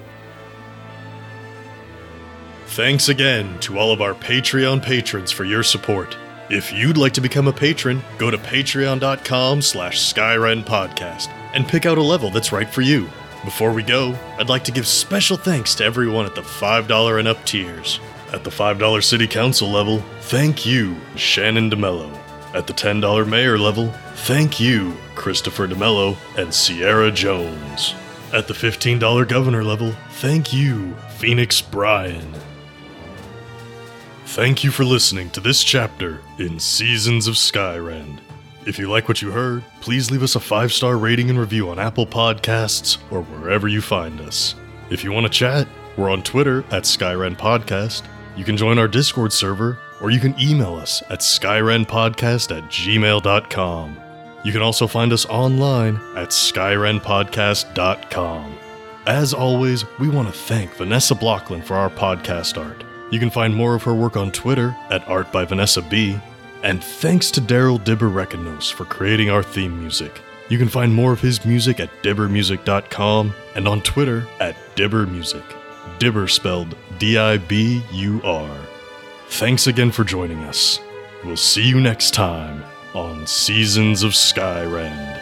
H: Thanks again to all of our Patreon patrons for your support. If you'd like to become a patron, go to patreon.com slash skyrenpodcast and pick out a level that's right for you. Before we go, I'd like to give special thanks to everyone at the $5 and up tiers. At the $5 City Council level, thank you, Shannon DeMello. At the $10 Mayor level, thank you, Christopher DeMello and Sierra Jones. At the $15 Governor level, thank you, Phoenix Bryan.
A: Thank you for listening to this chapter in Seasons of Skyrend. If you like what you heard, please leave us a five star rating and review on Apple Podcasts or wherever you find us. If you want to chat, we're on Twitter at Skyrend Podcast. You can join our Discord server, or you can email us at skyrendpodcast at gmail.com. You can also find us online at skyrenpodcast.com. As always, we want to thank Vanessa Blockland for our podcast art. You can find more of her work on Twitter at Art by Vanessa B. And thanks to Daryl Dibber for creating our theme music. You can find more of his music at dibbermusic.com and on Twitter at dibbermusic. Dibber spelled D I B U R. Thanks again for joining us. We'll see you next time on Seasons of Skyrend.